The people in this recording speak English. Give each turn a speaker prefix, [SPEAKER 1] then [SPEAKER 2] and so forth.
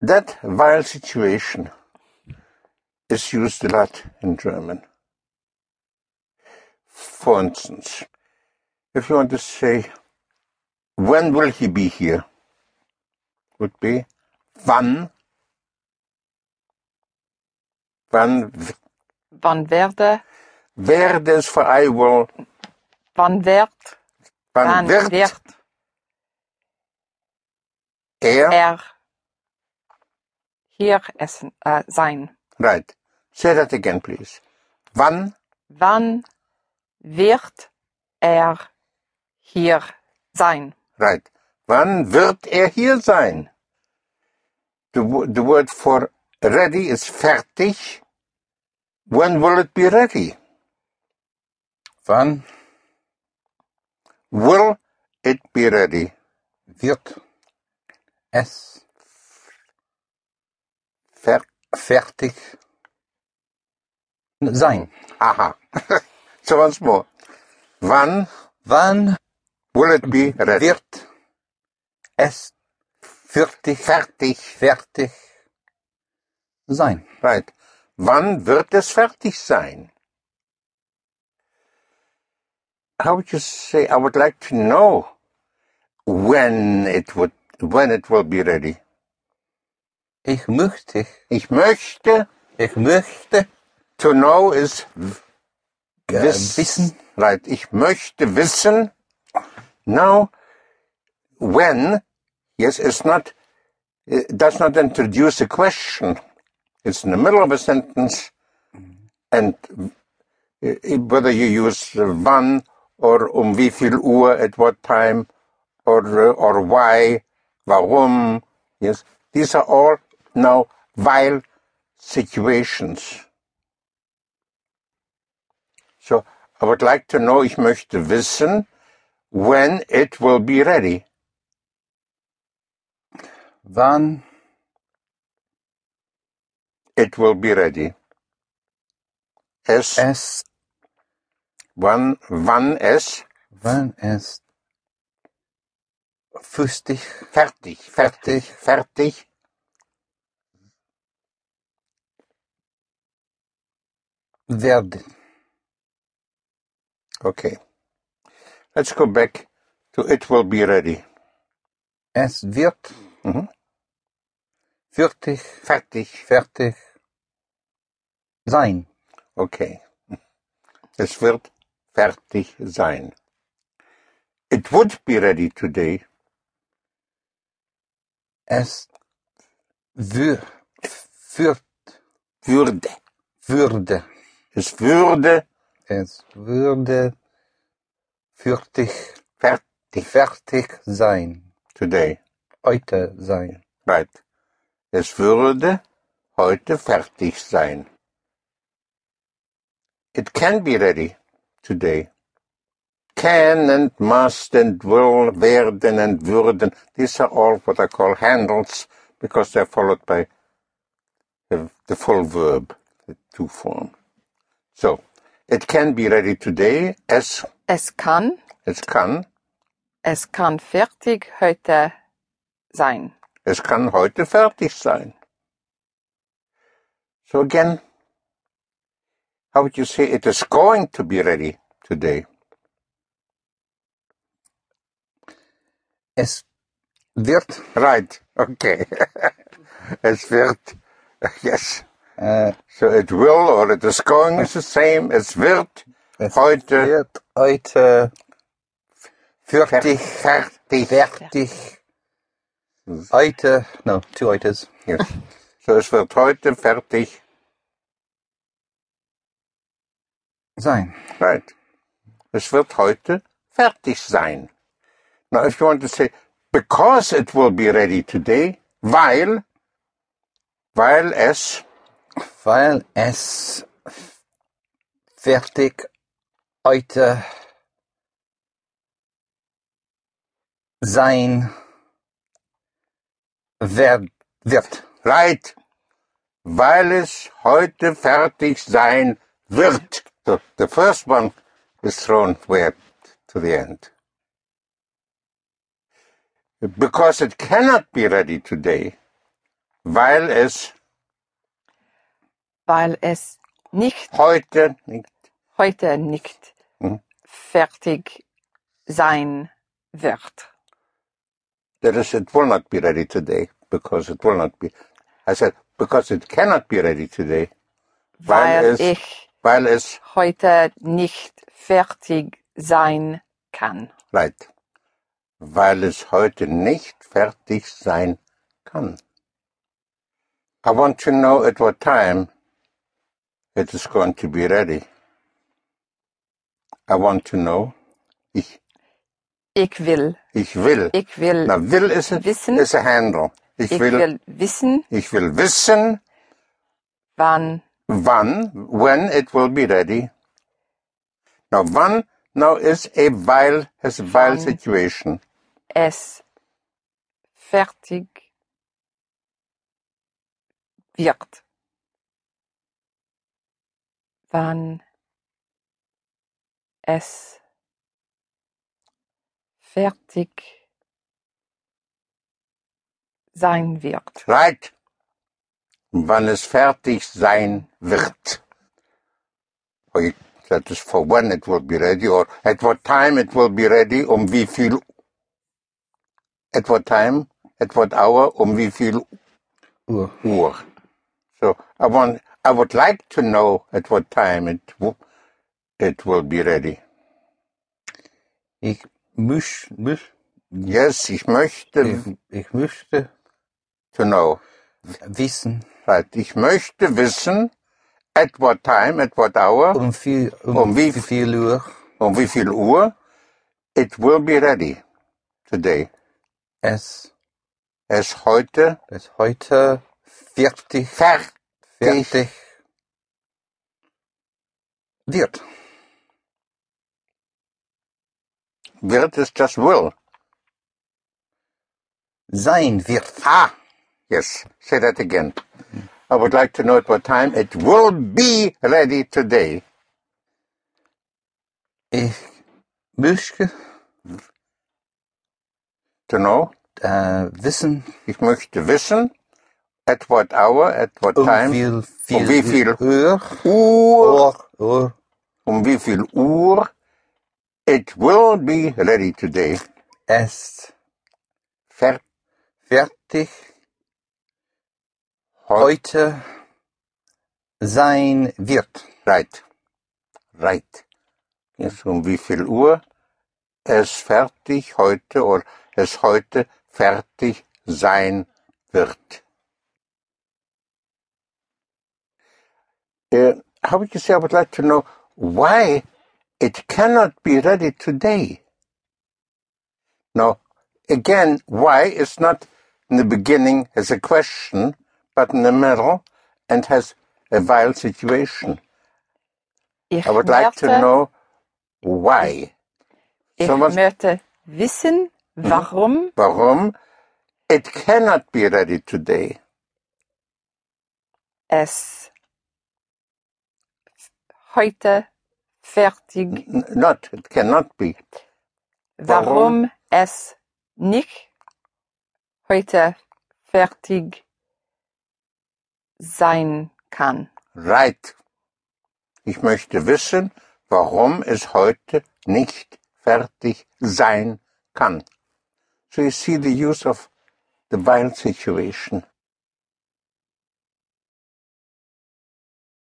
[SPEAKER 1] That "vile situation" is used a lot in German. For instance, if you want to say, when will he be here? Would be, wann, wann w-
[SPEAKER 2] Wann werde,
[SPEAKER 1] werde es vereiwol,
[SPEAKER 2] wann werd,
[SPEAKER 1] wann,
[SPEAKER 2] wann
[SPEAKER 1] wird,
[SPEAKER 2] wird
[SPEAKER 1] er,
[SPEAKER 2] er hier essen, äh, sein?
[SPEAKER 1] right, say that again please. Wann
[SPEAKER 2] Wann wird er hier sein?
[SPEAKER 1] Right. Wann wird er hier sein? The, wo- the word for ready is fertig. When will it be ready?
[SPEAKER 3] Wann
[SPEAKER 1] Will it be ready?
[SPEAKER 3] wird es
[SPEAKER 1] Fer
[SPEAKER 3] fertig sein?
[SPEAKER 1] Aha. so once more. Wann
[SPEAKER 3] Wann
[SPEAKER 1] will it be ready?
[SPEAKER 3] wird es fertig,
[SPEAKER 1] Fertig.
[SPEAKER 3] fertig sein?
[SPEAKER 1] Right. Wann wird es fertig sein? How would you say? I would like to know when it would, when it will be ready.
[SPEAKER 3] Ich möchte,
[SPEAKER 1] Ich möchte
[SPEAKER 3] ich möchte
[SPEAKER 1] to know is
[SPEAKER 3] äh,
[SPEAKER 1] Wiss-
[SPEAKER 3] wissen,
[SPEAKER 1] Right. Ich möchte wissen. Now, when, yes, it's not, it does not introduce a question. It's in the middle of a sentence, and uh, whether you use uh, wann or um wie viel Uhr at what time or uh, or why, warum, yes, these are all now while situations. So I would like to know, ich möchte wissen, when it will be ready.
[SPEAKER 3] wann
[SPEAKER 1] It will be ready. Es,
[SPEAKER 3] es,
[SPEAKER 1] wann, wann es
[SPEAKER 3] wann es fertig
[SPEAKER 1] fertig, fertig, fertig
[SPEAKER 3] werden.
[SPEAKER 1] Okay. Let's go back to it will be ready.
[SPEAKER 3] Es wird
[SPEAKER 1] Mhm.
[SPEAKER 3] fertig,
[SPEAKER 1] Fertig.
[SPEAKER 3] fertig sein.
[SPEAKER 1] Okay. Es wird fertig sein. It would be ready today.
[SPEAKER 3] Es wür, würd,
[SPEAKER 1] Würde.
[SPEAKER 3] würde,
[SPEAKER 1] Es würde
[SPEAKER 3] es würde fertig,
[SPEAKER 1] fertig
[SPEAKER 3] fertig sein,
[SPEAKER 1] today.
[SPEAKER 3] heute sein.
[SPEAKER 1] Right. Es würde heute fertig sein. It can be ready today. Can and must and will, werden and würden. These are all what I call handles because they're followed by the, the full verb, the two form. So, it can be ready today. Es,
[SPEAKER 2] Es kann,
[SPEAKER 1] es kann.
[SPEAKER 2] es kann fertig heute sein.
[SPEAKER 1] Es kann heute fertig sein. So again, how would you say it is going to be ready today?
[SPEAKER 3] Es wird,
[SPEAKER 1] Right. Okay. es wird. Yes.
[SPEAKER 3] äh,
[SPEAKER 1] So it will or it is going is the same. Es wird
[SPEAKER 3] es
[SPEAKER 1] heute
[SPEAKER 3] wird heute
[SPEAKER 1] fer-
[SPEAKER 3] fertig,
[SPEAKER 1] fertig.
[SPEAKER 3] fertig, heute, no, two heute's,
[SPEAKER 1] Yes. So es wird heute fertig.
[SPEAKER 3] sein.
[SPEAKER 1] Right. Es wird heute fertig sein. Now, if you want to say, because it will be ready today, weil, weil es
[SPEAKER 3] weil es fertig heute sein wer- wird.
[SPEAKER 1] Right, weil es heute fertig sein wird. The, the first one is thrown where to the end. Because it cannot be ready today. weil es
[SPEAKER 2] weil es nicht
[SPEAKER 1] heute nicht
[SPEAKER 2] heute nicht
[SPEAKER 1] Mhm.
[SPEAKER 2] fertig sein wird.
[SPEAKER 1] There is, it will not be ready today because it will not be. I said, because it cannot be ready today, Weil
[SPEAKER 2] Weil,
[SPEAKER 1] es-
[SPEAKER 2] ich
[SPEAKER 1] weil es,
[SPEAKER 2] heute nicht fertig sein kann.
[SPEAKER 1] right, weil es heute nicht fertig sein kann. I want to know at what time it is going to be ready. I want to know. Ich,
[SPEAKER 2] Ich will,
[SPEAKER 1] ich will.
[SPEAKER 2] ich will,
[SPEAKER 1] Na, will ist ein,
[SPEAKER 2] Wissen.
[SPEAKER 1] ist ein handle. Ich,
[SPEAKER 2] ich
[SPEAKER 1] will,
[SPEAKER 2] will wissen,
[SPEAKER 1] ich will wissen,
[SPEAKER 2] wann
[SPEAKER 1] wann, when it will be ready. Now, wann now is a while, has a while
[SPEAKER 2] Wann.
[SPEAKER 1] situation.
[SPEAKER 2] es fertig wird. Wann es fertig sein wird.
[SPEAKER 1] Right? Wann es fertig sein wird. Or you- That is for when it will be ready or at what time it will be ready, um wie viel, at what time, at what hour, um wie viel
[SPEAKER 3] Uhr.
[SPEAKER 1] Uhr. So I want, I would like to know at what time it, w- it will be ready.
[SPEAKER 3] Ich muss, muss,
[SPEAKER 1] Yes, ich möchte
[SPEAKER 3] ich, ich möchte
[SPEAKER 1] to know.
[SPEAKER 3] wissen,
[SPEAKER 1] Right. Ich möchte wissen, at what time, at what hour,
[SPEAKER 3] um viel, um,
[SPEAKER 1] Um wie-
[SPEAKER 3] viel Uhr
[SPEAKER 1] um wie viel Uhr, it will be ready today.
[SPEAKER 3] es,
[SPEAKER 1] Es heute
[SPEAKER 3] es heute fertig,
[SPEAKER 1] fertig
[SPEAKER 3] fertig wird.
[SPEAKER 1] wird, ist das will.
[SPEAKER 3] Sein wird.
[SPEAKER 1] Ah, yes, say that again. I would like to know at what time it will be ready today.
[SPEAKER 3] Ich möchte
[SPEAKER 1] To know,
[SPEAKER 3] äh, wissen,
[SPEAKER 1] ich möchte wissen, at what hour, at what
[SPEAKER 3] um
[SPEAKER 1] time,
[SPEAKER 3] viel, viel,
[SPEAKER 1] wie viel
[SPEAKER 3] Uhr,
[SPEAKER 1] Uhr,
[SPEAKER 3] Uhr, Uhr
[SPEAKER 1] um wie viel Uhr, it will be ready today.
[SPEAKER 3] es
[SPEAKER 1] Fertig.
[SPEAKER 3] fertig heute sein wird.
[SPEAKER 1] Right. Right. Yes, um wie viel Uhr es fertig heute oder es heute fertig sein wird. Uh, how would you say I would like to know why it cannot be ready today? Now, again, why is not in the beginning as a question, but in the middle and has a vile situation.
[SPEAKER 2] Ich
[SPEAKER 1] I would like to
[SPEAKER 2] möchte-
[SPEAKER 1] know why.
[SPEAKER 2] Ich
[SPEAKER 1] Someone's-
[SPEAKER 2] möchte wissen,
[SPEAKER 1] Mhm.
[SPEAKER 2] warum
[SPEAKER 1] Warum? It cannot be ready today.
[SPEAKER 2] es heute fertig,
[SPEAKER 1] N- Not, it cannot be. Warum?
[SPEAKER 2] warum es nicht heute fertig sein kann.
[SPEAKER 1] Right. Ich möchte wissen, warum es heute nicht fertig sein kann. So you see the use of the vile situation.